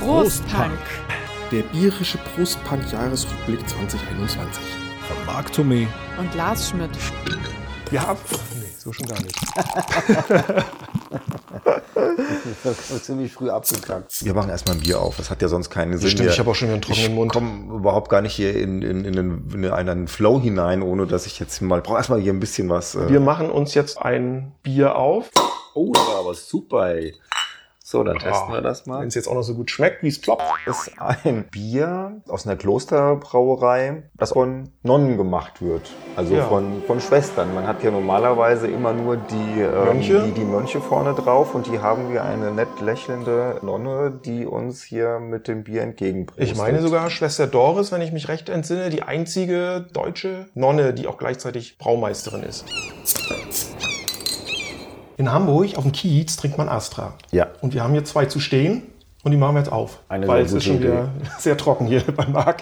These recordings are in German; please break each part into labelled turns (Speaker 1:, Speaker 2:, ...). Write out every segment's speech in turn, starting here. Speaker 1: Prostpunk.
Speaker 2: Der irische Prostpunk-Jahresrückblick 2021.
Speaker 3: Von Mark Tomei.
Speaker 1: Und Lars Schmidt.
Speaker 3: Wir haben. Nee, so schon gar nicht.
Speaker 4: Das ist ziemlich früh abgekackt. Wir machen erstmal ein Bier auf. Das hat ja sonst keinen Sinn.
Speaker 5: Stimmt,
Speaker 4: Wir-
Speaker 5: ich habe auch schon wieder einen
Speaker 4: ich
Speaker 5: trockenen Mund.
Speaker 4: komme überhaupt gar nicht hier in, in, in, den, in einen Flow hinein, ohne dass ich jetzt mal. Brauche erstmal hier ein bisschen was. äh,
Speaker 5: Wir machen uns jetzt ein Bier auf.
Speaker 4: Oh, da war aber super. ey. So, dann testen
Speaker 5: Ah,
Speaker 4: wir das mal.
Speaker 5: Wenn es jetzt auch noch so gut schmeckt, wie es ploppt.
Speaker 4: Das ist ein Bier aus einer Klosterbrauerei, das von Nonnen gemacht wird. Also
Speaker 5: Ja.
Speaker 4: von, von Schwestern. Man hat ja normalerweise immer nur die, ähm,
Speaker 5: Mönche?
Speaker 4: die, die Mönche vorne drauf und hier haben wir eine nett lächelnde Nonne, die uns hier mit dem Bier entgegenbringt.
Speaker 5: Ich meine sogar Schwester Doris, wenn ich mich recht entsinne, die einzige deutsche Nonne, die auch gleichzeitig Braumeisterin ist. In Hamburg auf dem Kiez trinkt man Astra.
Speaker 4: Ja.
Speaker 5: Und wir haben hier zwei zu stehen und die machen wir jetzt auf.
Speaker 4: Eine
Speaker 5: weil
Speaker 4: sehr
Speaker 5: es ist
Speaker 4: gute
Speaker 5: schon wieder sehr trocken hier bei Marc.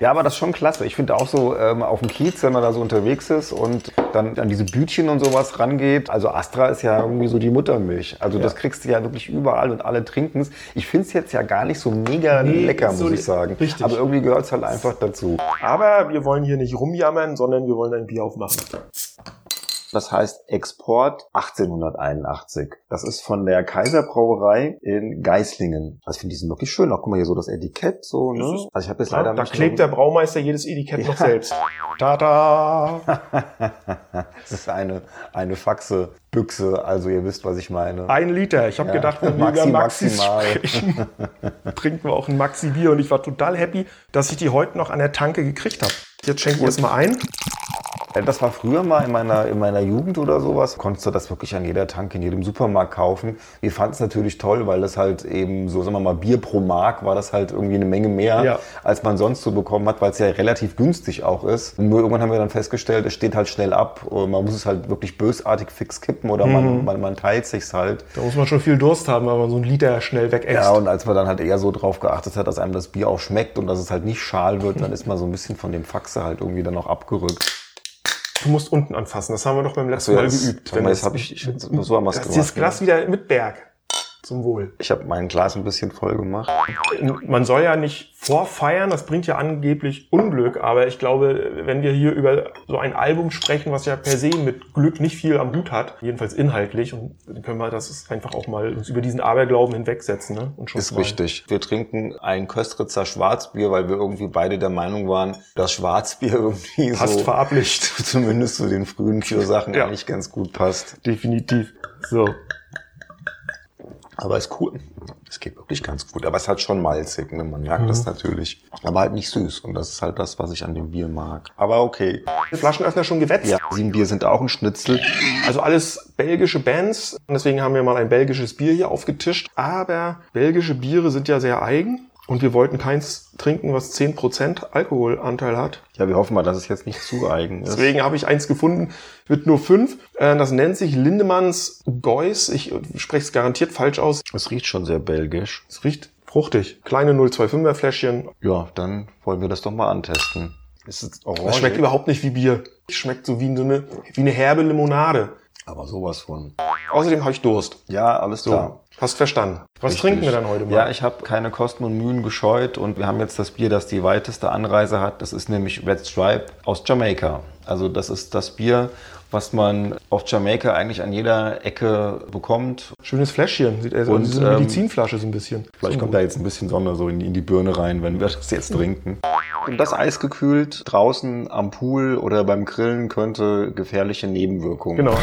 Speaker 4: Ja, aber das ist schon klasse. Ich finde auch so ähm, auf dem Kiez, wenn man da so unterwegs ist und dann an diese Bütchen und sowas rangeht. Also Astra ist ja irgendwie so die Muttermilch. Also das kriegst du ja wirklich überall und alle trinken es. Ich finde es jetzt ja gar nicht so mega
Speaker 5: Nee,
Speaker 4: lecker,
Speaker 5: so
Speaker 4: muss
Speaker 5: le-
Speaker 4: ich sagen.
Speaker 5: richtig.
Speaker 4: Aber irgendwie gehört es halt einfach dazu.
Speaker 5: Aber wir wollen hier nicht rumjammern, sondern wir wollen ein Bier aufmachen.
Speaker 4: Das heißt Export 1881. Das ist von der Kaiserbrauerei in Geislingen. Also ich finde diesen wirklich schön. Auch guck mal hier so das Etikett so. Ne?
Speaker 5: Das ist-
Speaker 4: Also ich habe jetzt leider
Speaker 5: Ja, da
Speaker 4: nicht
Speaker 5: klebt
Speaker 4: noch-
Speaker 5: der Braumeister jedes Etikett noch
Speaker 4: Ja.
Speaker 5: selbst. Tada!
Speaker 4: Das ist eine, eine Faxe, Büchse, also ihr wisst, was ich meine.
Speaker 5: Ein Liter. Ich habe
Speaker 4: Ja.
Speaker 5: gedacht, wenn wir
Speaker 4: Maxi,
Speaker 5: über Maxis
Speaker 4: maximal.
Speaker 5: sprechen, trinken wir auch ein Maxi-Bier. Und ich war total happy, dass ich die heute noch an der Tanke gekriegt habe. Jetzt schenke ich erstmal ein.
Speaker 4: Äh, Das war früher mal in meiner, in meiner Jugend oder sowas. Konntest du das wirklich an jeder Tanke, in jedem Supermarkt kaufen. Wir fanden es natürlich toll, weil das halt eben so, sagen wir mal, Bier pro Mark war das halt irgendwie eine Menge mehr,
Speaker 5: Ja.
Speaker 4: als man sonst so bekommen hat, weil es ja relativ günstig auch ist. Nur irgendwann haben wir dann festgestellt, es steht halt schnell ab. Und man muss es halt wirklich bösartig fix kippen oder
Speaker 5: Mhm.
Speaker 4: man, man, man teilt sich's halt.
Speaker 5: Da muss man schon viel Durst haben, weil man so einen Liter schnell wegäxt.
Speaker 4: Ja, und als man dann halt eher so drauf geachtet hat, dass einem das Bier auch schmeckt und dass es halt nicht schal wird, dann ist man so ein bisschen von dem Faxe halt irgendwie dann auch abgerückt.
Speaker 5: du musst unten anfassen. Das haben wir doch beim letzten
Speaker 4: So,
Speaker 5: Mal
Speaker 4: das-
Speaker 5: geübt.
Speaker 4: Warte mal, jetzt hab ich- ich- so haben
Speaker 5: das
Speaker 4: wir's gemacht, genau.
Speaker 5: Das Glas wieder mit Berg. Zum Wohl.
Speaker 4: Ich habe mein Glas ein bisschen voll gemacht.
Speaker 5: Man soll ja nicht vorfeiern, das bringt ja angeblich Unglück, aber ich glaube, wenn wir hier über so ein Album sprechen, was ja per se mit Glück nicht viel am Hut hat, jedenfalls inhaltlich, und dann können wir das einfach auch mal uns über diesen Aberglauben hinwegsetzen. Ne? Und schon
Speaker 4: Ist
Speaker 5: mal-
Speaker 4: richtig. Wir trinken ein Köstritzer Schwarzbier, weil wir irgendwie beide der Meinung waren, dass Schwarzbier irgendwie
Speaker 5: Passt
Speaker 4: so
Speaker 5: verablich.
Speaker 4: zumindest zu den frühen Kio-Sachen
Speaker 5: Ja.
Speaker 4: eigentlich ganz gut passt.
Speaker 5: Definitiv. So.
Speaker 4: Aber ist cool. Es geht wirklich ganz gut. Aber es hat schon malzig, ne? man merkt
Speaker 5: Mhm.
Speaker 4: das natürlich. Aber halt nicht süß. Und das ist halt das, was ich an dem Bier mag. Aber okay.
Speaker 5: Den Flaschenöffner schon gewetzt.
Speaker 4: Ja, sieben Bier sind auch ein Schnitzel.
Speaker 5: Also alles belgische Bands. Und deswegen haben wir mal ein belgisches Bier hier aufgetischt. Aber belgische Biere sind ja sehr eigen. Und wir wollten keins trinken, was 10% Alkoholanteil hat.
Speaker 4: Ja, wir hoffen mal, dass es jetzt nicht zu eigen ist.
Speaker 5: Deswegen habe ich eins gefunden mit nur fünf. Äh, Das nennt sich Lindemanns Geuss. Ich äh, spreche es garantiert falsch aus.
Speaker 4: Es riecht schon sehr belgisch.
Speaker 5: Es riecht fruchtig. Kleine 025er Fläschchen.
Speaker 4: Ja, dann wollen wir das doch mal antesten. Es ist orange.
Speaker 5: Das schmeckt überhaupt nicht wie Bier. Es schmeckt so wie, so eine, wie eine herbe Limonade.
Speaker 4: aber sowas von.
Speaker 5: Außerdem habe ich Durst.
Speaker 4: Ja, alles
Speaker 5: So,
Speaker 4: klar.
Speaker 5: hast verstanden. Was
Speaker 4: Richtig.
Speaker 5: trinken wir dann heute mal?
Speaker 4: Ja, ich habe keine Kosten und Mühen gescheut und wir haben jetzt das Bier, das die weiteste Anreise hat. Das ist nämlich Red Stripe aus Jamaika. Also das ist das Bier, was man auf Jamaika eigentlich an jeder Ecke bekommt.
Speaker 5: Schönes Fläschchen. Sieht eher so
Speaker 4: Und,
Speaker 5: aus wie so eine
Speaker 4: ähm,
Speaker 5: Medizinflasche so ein bisschen.
Speaker 4: Vielleicht
Speaker 5: so
Speaker 4: kommt da jetzt ein bisschen Sonne so in, in die Birne rein, wenn wir das jetzt trinken. Und das eisgekühlt draußen am Pool oder beim Grillen könnte gefährliche Nebenwirkungen.
Speaker 5: Genau.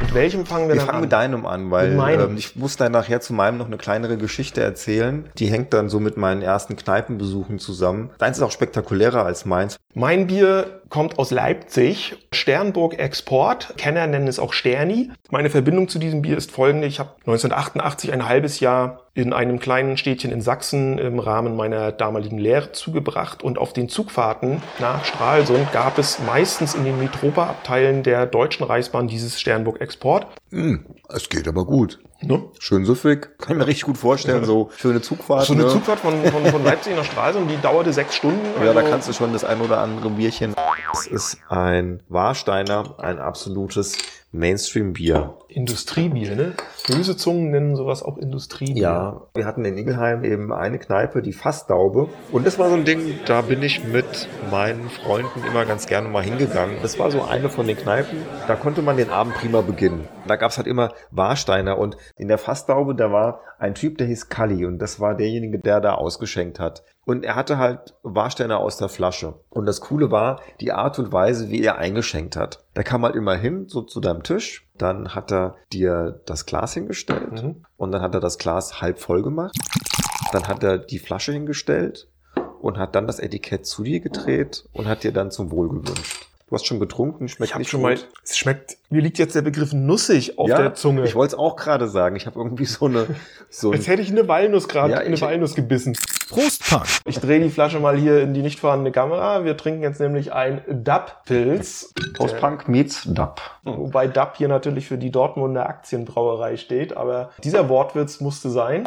Speaker 5: Mit welchem fangen wir
Speaker 4: Wir
Speaker 5: dann
Speaker 4: fangen
Speaker 5: an?
Speaker 4: mit deinem an, weil
Speaker 5: Mit meinem.
Speaker 4: ähm, ich muss dann nachher zu meinem noch eine kleinere Geschichte erzählen. Die hängt dann so mit meinen ersten Kneipenbesuchen zusammen. Deins ist auch spektakulärer als meins.
Speaker 5: Mein Bier kommt aus Leipzig, Sternburg Export. Kenner nennen es auch Sterni. Meine Verbindung zu diesem Bier ist folgende. Ich habe 1988 ein halbes Jahr in einem kleinen Städtchen in Sachsen im Rahmen meiner damaligen Lehre zugebracht und auf den Zugfahrten nach Stralsund gab es meistens in den Metropa-Abteilen der Deutschen Reichsbahn dieses Sternburg Export.
Speaker 4: Hm, Es geht aber gut.
Speaker 5: Ne?
Speaker 4: Schön süffig. Kann ich mir richtig gut vorstellen. So schöne Zugfahrt.
Speaker 5: So Also eine
Speaker 4: ne?
Speaker 5: Zugfahrt von, von, von Leipzig nach Stralsund, die dauerte sechs Stunden.
Speaker 4: Ja, da
Speaker 5: Also-
Speaker 4: kannst du schon das ein oder andere Bierchen. Es ist ein Warsteiner, ein absolutes
Speaker 1: Mainstream-Bier.
Speaker 5: Industriebier, ne? Böse Zungen nennen sowas auch Industriebier.
Speaker 1: Ja, wir hatten in Ingelheim eben eine Kneipe, die Fassdaube. Und das war so ein Ding, da bin ich mit meinen Freunden immer ganz gerne mal hingegangen. Das war so eine von den Kneipen, da konnte man den Abend prima beginnen. Da gab es halt immer Warsteiner und in der Fassdaube, da war ein Typ, der hieß Kalli und das war derjenige, der da ausgeschenkt hat. Und er hatte halt Warsteiner aus der Flasche. Und das Coole war die Art und Weise, wie er eingeschenkt hat. Da kam halt immer hin, so zu deinem Tisch, dann hat er dir das Glas hingestellt
Speaker 5: Mhm.
Speaker 1: und dann hat er das Glas halb voll gemacht. Dann hat er die Flasche hingestellt und hat dann das Etikett zu dir gedreht und hat dir dann zum Wohl gewünscht. Du hast schon getrunken, schmeckt
Speaker 5: Ich habe
Speaker 1: nicht
Speaker 5: schon
Speaker 1: gut.
Speaker 5: mal, es schmeckt, mir liegt jetzt der Begriff nussig auf der Zunge.
Speaker 1: Ich wollte es auch gerade sagen. Ich habe irgendwie so eine. So ein,
Speaker 5: Jetzt hätte ich eine Walnuss gerade,
Speaker 1: Ja,
Speaker 5: eine
Speaker 1: ich-
Speaker 5: Walnuss gebissen.
Speaker 3: Prost, Punk.
Speaker 5: Ich drehe die Flasche mal hier in die nicht vorhandene Kamera. Wir trinken jetzt nämlich ein Dab-Pilz.
Speaker 4: Postpunk meets Dub.
Speaker 5: Wobei Dab hier natürlich für die Dortmunder Aktienbrauerei steht, aber dieser Wortwitz musste sein.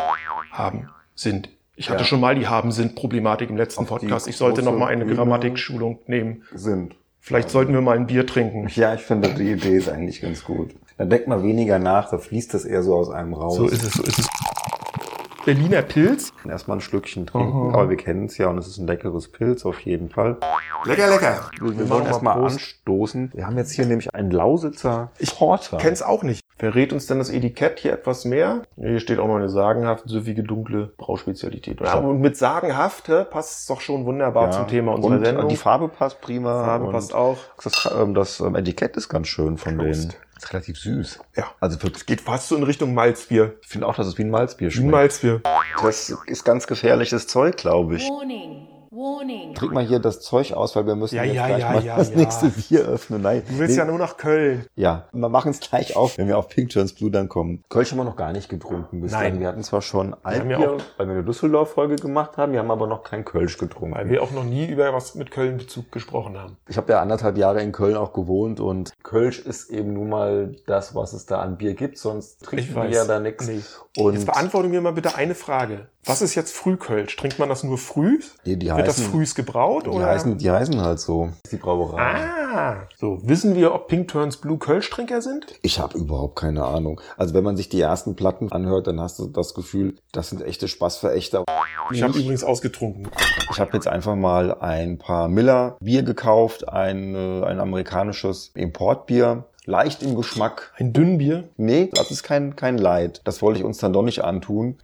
Speaker 5: Haben, sind. Ich hatte schon mal die Haben-Sind-Problematik im letzten
Speaker 4: Auf die
Speaker 5: Podcast. Ich sollte
Speaker 4: große
Speaker 5: noch mal eine
Speaker 4: Bühne.
Speaker 5: Grammatikschulung nehmen.
Speaker 4: Sind.
Speaker 5: Vielleicht sollten wir mal ein Bier trinken.
Speaker 4: Ja, ich finde, die Idee ist eigentlich ganz gut. Da denkt man weniger nach, da fließt das eher so aus einem raus.
Speaker 5: So ist es, so ist es. Berliner Pilz.
Speaker 4: Erstmal ein Schlückchen trinken, aber wir kennen es ja und es ist ein leckeres Pilz auf jeden Fall.
Speaker 1: lecker, lecker.
Speaker 4: Wir, wollen erstmal anstoßen. Wir haben jetzt hier nämlich einen Lausitzer Porter.
Speaker 5: Kenn's auch nicht. Verrät uns denn das Etikett hier etwas mehr? Hier steht auch mal eine sagenhaft süffige dunkle Brauspezialität. Ja, und mit sagenhaft hä, passt es doch schon wunderbar zum Thema unserer
Speaker 4: und
Speaker 5: Sendung.
Speaker 4: Die Farbe passt prima.
Speaker 5: Farbe
Speaker 4: und
Speaker 5: passt auch.
Speaker 4: Das, ähm, das ähm, Etikett ist ganz schön von denen. Ist relativ süß.
Speaker 5: Ja.
Speaker 4: Also für,
Speaker 5: Geht fast so in Richtung Malzbier.
Speaker 4: ich finde auch, dass es wie ein Malzbier
Speaker 5: Wie ein
Speaker 4: schmeckt.
Speaker 5: Malzbier.
Speaker 4: Das ist ganz gefährliches Zeug, glaube ich.
Speaker 6: Warning, warning.
Speaker 4: Trink mal hier das Zeug aus, weil wir müssen
Speaker 5: Ja,
Speaker 4: jetzt
Speaker 5: ja,
Speaker 4: gleich
Speaker 5: ja,
Speaker 4: mal
Speaker 5: ja,
Speaker 4: das
Speaker 5: ja.
Speaker 4: nächste Bier öffnen. Nein,
Speaker 5: Du willst ja nur nach Köln.
Speaker 4: Ja, wir machen es gleich auf, wenn wir auf Pink Turns Blue dann kommen. Kölsch haben wir noch gar nicht getrunken bislang.
Speaker 5: Nein.
Speaker 4: Wir hatten zwar schon
Speaker 5: haben
Speaker 4: Altbier,
Speaker 5: ja auch-
Speaker 4: weil wir eine Düsseldorf-Folge gemacht haben, wir haben aber noch kein Kölsch
Speaker 5: Weil
Speaker 4: getrunken.
Speaker 5: wir auch noch nie über was mit Köln-Bezug gesprochen haben.
Speaker 4: Ich habe ja anderthalb Jahre in Köln auch gewohnt und Kölsch ist eben nun mal das, was es da an Bier gibt, sonst trinken wir ja da nichts.
Speaker 5: Nee. Jetzt
Speaker 4: Und
Speaker 5: beantworte mir mal bitte eine Frage. Was ist jetzt Frühkölsch? Trinkt man das nur früh?
Speaker 4: die, die,
Speaker 5: Wird das
Speaker 4: heißen,
Speaker 5: frühs gebraut?
Speaker 4: die,
Speaker 5: oder?
Speaker 4: heißen, die heißen halt so. Die Brauerei.
Speaker 5: Ah, so. Wissen wir, ob Pink Turns Blue Kölsch-Trinker sind?
Speaker 4: Ich habe überhaupt keine Ahnung. Also wenn man sich die ersten Platten anhört, dann hast du das Gefühl, das sind echte Spaßverächter.
Speaker 5: Ich habe übrigens ausgetrunken.
Speaker 4: Ich habe jetzt einfach mal ein paar Miller Bier gekauft, ein, äh, ein amerikanisches Importbier. Leicht im Geschmack.
Speaker 5: Ein Dünnbier?
Speaker 4: Nee, das ist kein, kein Leid. Das wollte ich uns dann doch nicht antun.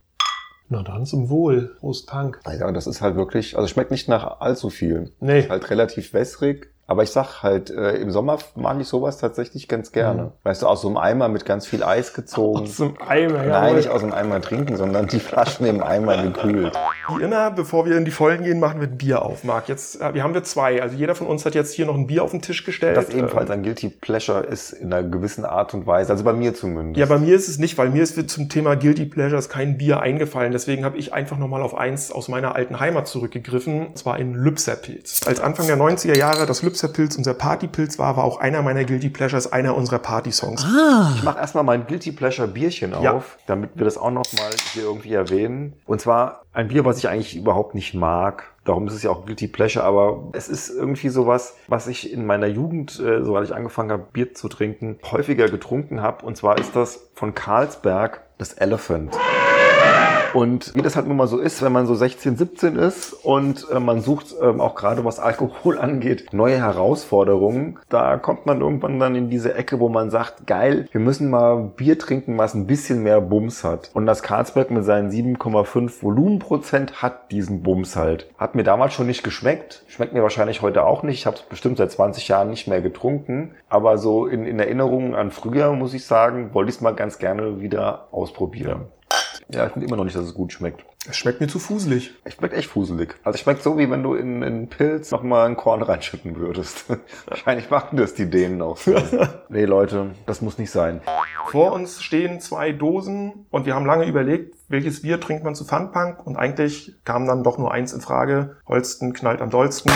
Speaker 5: Na dann zum Wohl. Prost Punk.
Speaker 4: Alter, das ist halt wirklich, also schmeckt nicht nach allzu viel.
Speaker 5: Nee.
Speaker 4: Halt relativ wässrig. Aber ich sag halt, äh, im Sommer mag ich sowas tatsächlich ganz gerne. Weißt du, aus so einem Eimer mit ganz viel Eis gezogen.
Speaker 5: Zum Eimer,
Speaker 4: Nein, nicht aus dem Eimer trinken, sondern die Flaschen im Eimer gekühlt.
Speaker 5: Wie immer, bevor wir in die Vollen gehen, machen wir ein Bier auf, Marc. Jetzt äh, wir haben wir zwei. Also jeder von uns hat jetzt hier noch ein Bier auf den Tisch gestellt. Ähm,
Speaker 4: Das ebenfalls ein Guilty Pleasure ist in einer gewissen Art und Weise. Also bei mir
Speaker 5: Ja,
Speaker 4: zumindest.
Speaker 5: bei mir ist es nicht, weil mir ist zum Thema Guilty Pleasures kein Bier eingefallen. Deswegen habe ich einfach nochmal auf eins aus meiner alten Heimat zurückgegriffen. Und zwar ein Lübserpilz. Als Anfang der 90er Jahre das Lübserpilz unser Partypilz war, war auch einer meiner Guilty Pleasures einer unserer Partysongs.
Speaker 4: Ich mache erstmal mein Guilty Pleasure Bierchen auf,
Speaker 5: Ja.
Speaker 4: damit wir das auch nochmal hier irgendwie erwähnen. Und zwar ein Bier, was ich eigentlich überhaupt nicht mag. Darum ist es ja auch Guilty Pleasure, aber es ist irgendwie sowas, was ich in meiner Jugend, äh, sobald ich angefangen habe, Bier zu trinken, häufiger getrunken habe. Und zwar ist das von Carlsberg das Elephant. Und wie das halt nun mal so ist, wenn man so 16, 17 ist und äh, man sucht ähm, auch gerade was Alkohol angeht, neue Herausforderungen, da kommt man irgendwann dann in diese Ecke, wo man sagt, geil, wir müssen mal Bier trinken, was ein bisschen mehr Bums hat. Und das Carlsberg mit seinen 7,5 Volumenprozent hat diesen Bums halt. Hat mir damals schon nicht geschmeckt, schmeckt mir wahrscheinlich heute auch nicht. Ich habe es bestimmt seit 20 Jahren nicht mehr getrunken, aber so in, in Erinnerung an früher, muss ich sagen, wollte ich es mal ganz gerne wieder ausprobieren. Ja, ich finde immer noch nicht, dass es gut schmeckt.
Speaker 5: Es schmeckt mir zu fuselig.
Speaker 4: Es schmeckt echt fuselig. Also es schmeckt so, wie wenn du in einen Pilz nochmal ein Korn reinschütten würdest. Wahrscheinlich machen das die Dänen auch so. nee, Leute, das muss nicht sein.
Speaker 5: Vor uns stehen zwei Dosen und wir haben lange überlegt, welches Bier trinkt man zu Funpunk und eigentlich kam dann doch nur eins in Frage. Holsten knallt am dollsten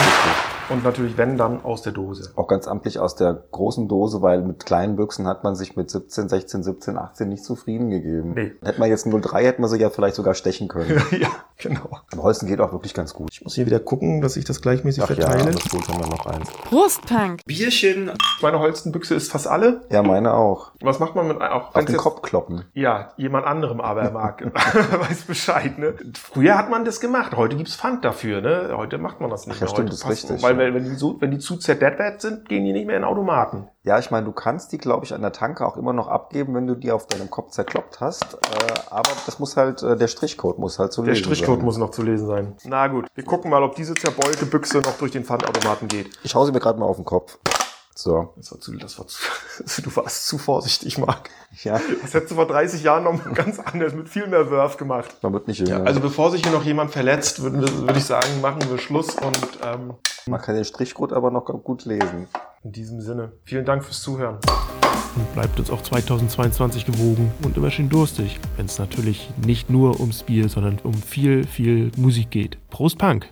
Speaker 5: und natürlich wenn dann aus der Dose.
Speaker 4: Auch ganz amtlich aus der großen Dose, weil mit kleinen Büchsen hat man sich mit 17, 16, 17, 18 nicht zufrieden gegeben.
Speaker 5: Nee.
Speaker 4: Hätte man jetzt 03, hätte man sie ja vielleicht sogar stechen können.
Speaker 5: ja, genau.
Speaker 4: Aber Holsten geht auch wirklich ganz gut.
Speaker 5: Ich muss hier wieder gucken, dass ich das gleichmäßig
Speaker 4: ja,
Speaker 5: verteile.
Speaker 4: das gut, haben wir noch eins.
Speaker 6: Brustpunk.
Speaker 1: Bierchen.
Speaker 5: Meine Holstenbüchse ist fast alle.
Speaker 4: Ja, meine auch.
Speaker 5: Was macht man mit auch
Speaker 4: Auf
Speaker 5: wenn's
Speaker 4: den
Speaker 5: jetzt-
Speaker 4: Kopf kloppen.
Speaker 5: Ja, jemand anderem aber mag. Weiß Bescheid, ne? Früher hat man das gemacht, heute gibt's Pfand dafür, ne? Heute macht man das nicht
Speaker 4: Ach ja,
Speaker 5: mehr.
Speaker 4: stimmt,
Speaker 5: heute
Speaker 4: ist
Speaker 5: passen-
Speaker 4: richtig,
Speaker 5: Weil
Speaker 4: ja.
Speaker 5: wenn, wenn, die so, wenn die zu zerdettert sind, gehen die nicht mehr in Automaten.
Speaker 4: Ja, ich meine, du kannst die, glaube ich, an der Tanke auch immer noch abgeben, wenn du die auf deinem Kopf zerkloppt hast. Äh, aber das muss halt, äh, der Strichcode muss halt zu
Speaker 5: Der
Speaker 4: lesen
Speaker 5: Strichcode
Speaker 4: sein.
Speaker 5: muss noch zu lesen sein. Na gut, wir gucken mal, ob diese zerbeulte Büchse noch durch den Pfandautomaten geht.
Speaker 4: Ich hau sie mir gerade mal auf den Kopf. So.
Speaker 5: Das war zu, das war zu, du warst zu vorsichtig, Marc.
Speaker 4: Ja,
Speaker 5: Das hättest du vor 30 Jahren noch mal ganz anders mit viel mehr Wurf gemacht.
Speaker 4: man wird nicht jünger.
Speaker 5: Also bevor sich hier noch jemand verletzt, würden wir- würde ich sagen, machen wir Schluss und ähm,
Speaker 4: man kann den Strichcode aber noch gut lesen.
Speaker 5: In diesem Sinne, vielen Dank fürs Zuhören. Und bleibt uns auch 2022 gewogen und immer schön durstig, wenn es natürlich nicht nur ums Bier, sondern um viel, viel Musik geht. Prost Punk!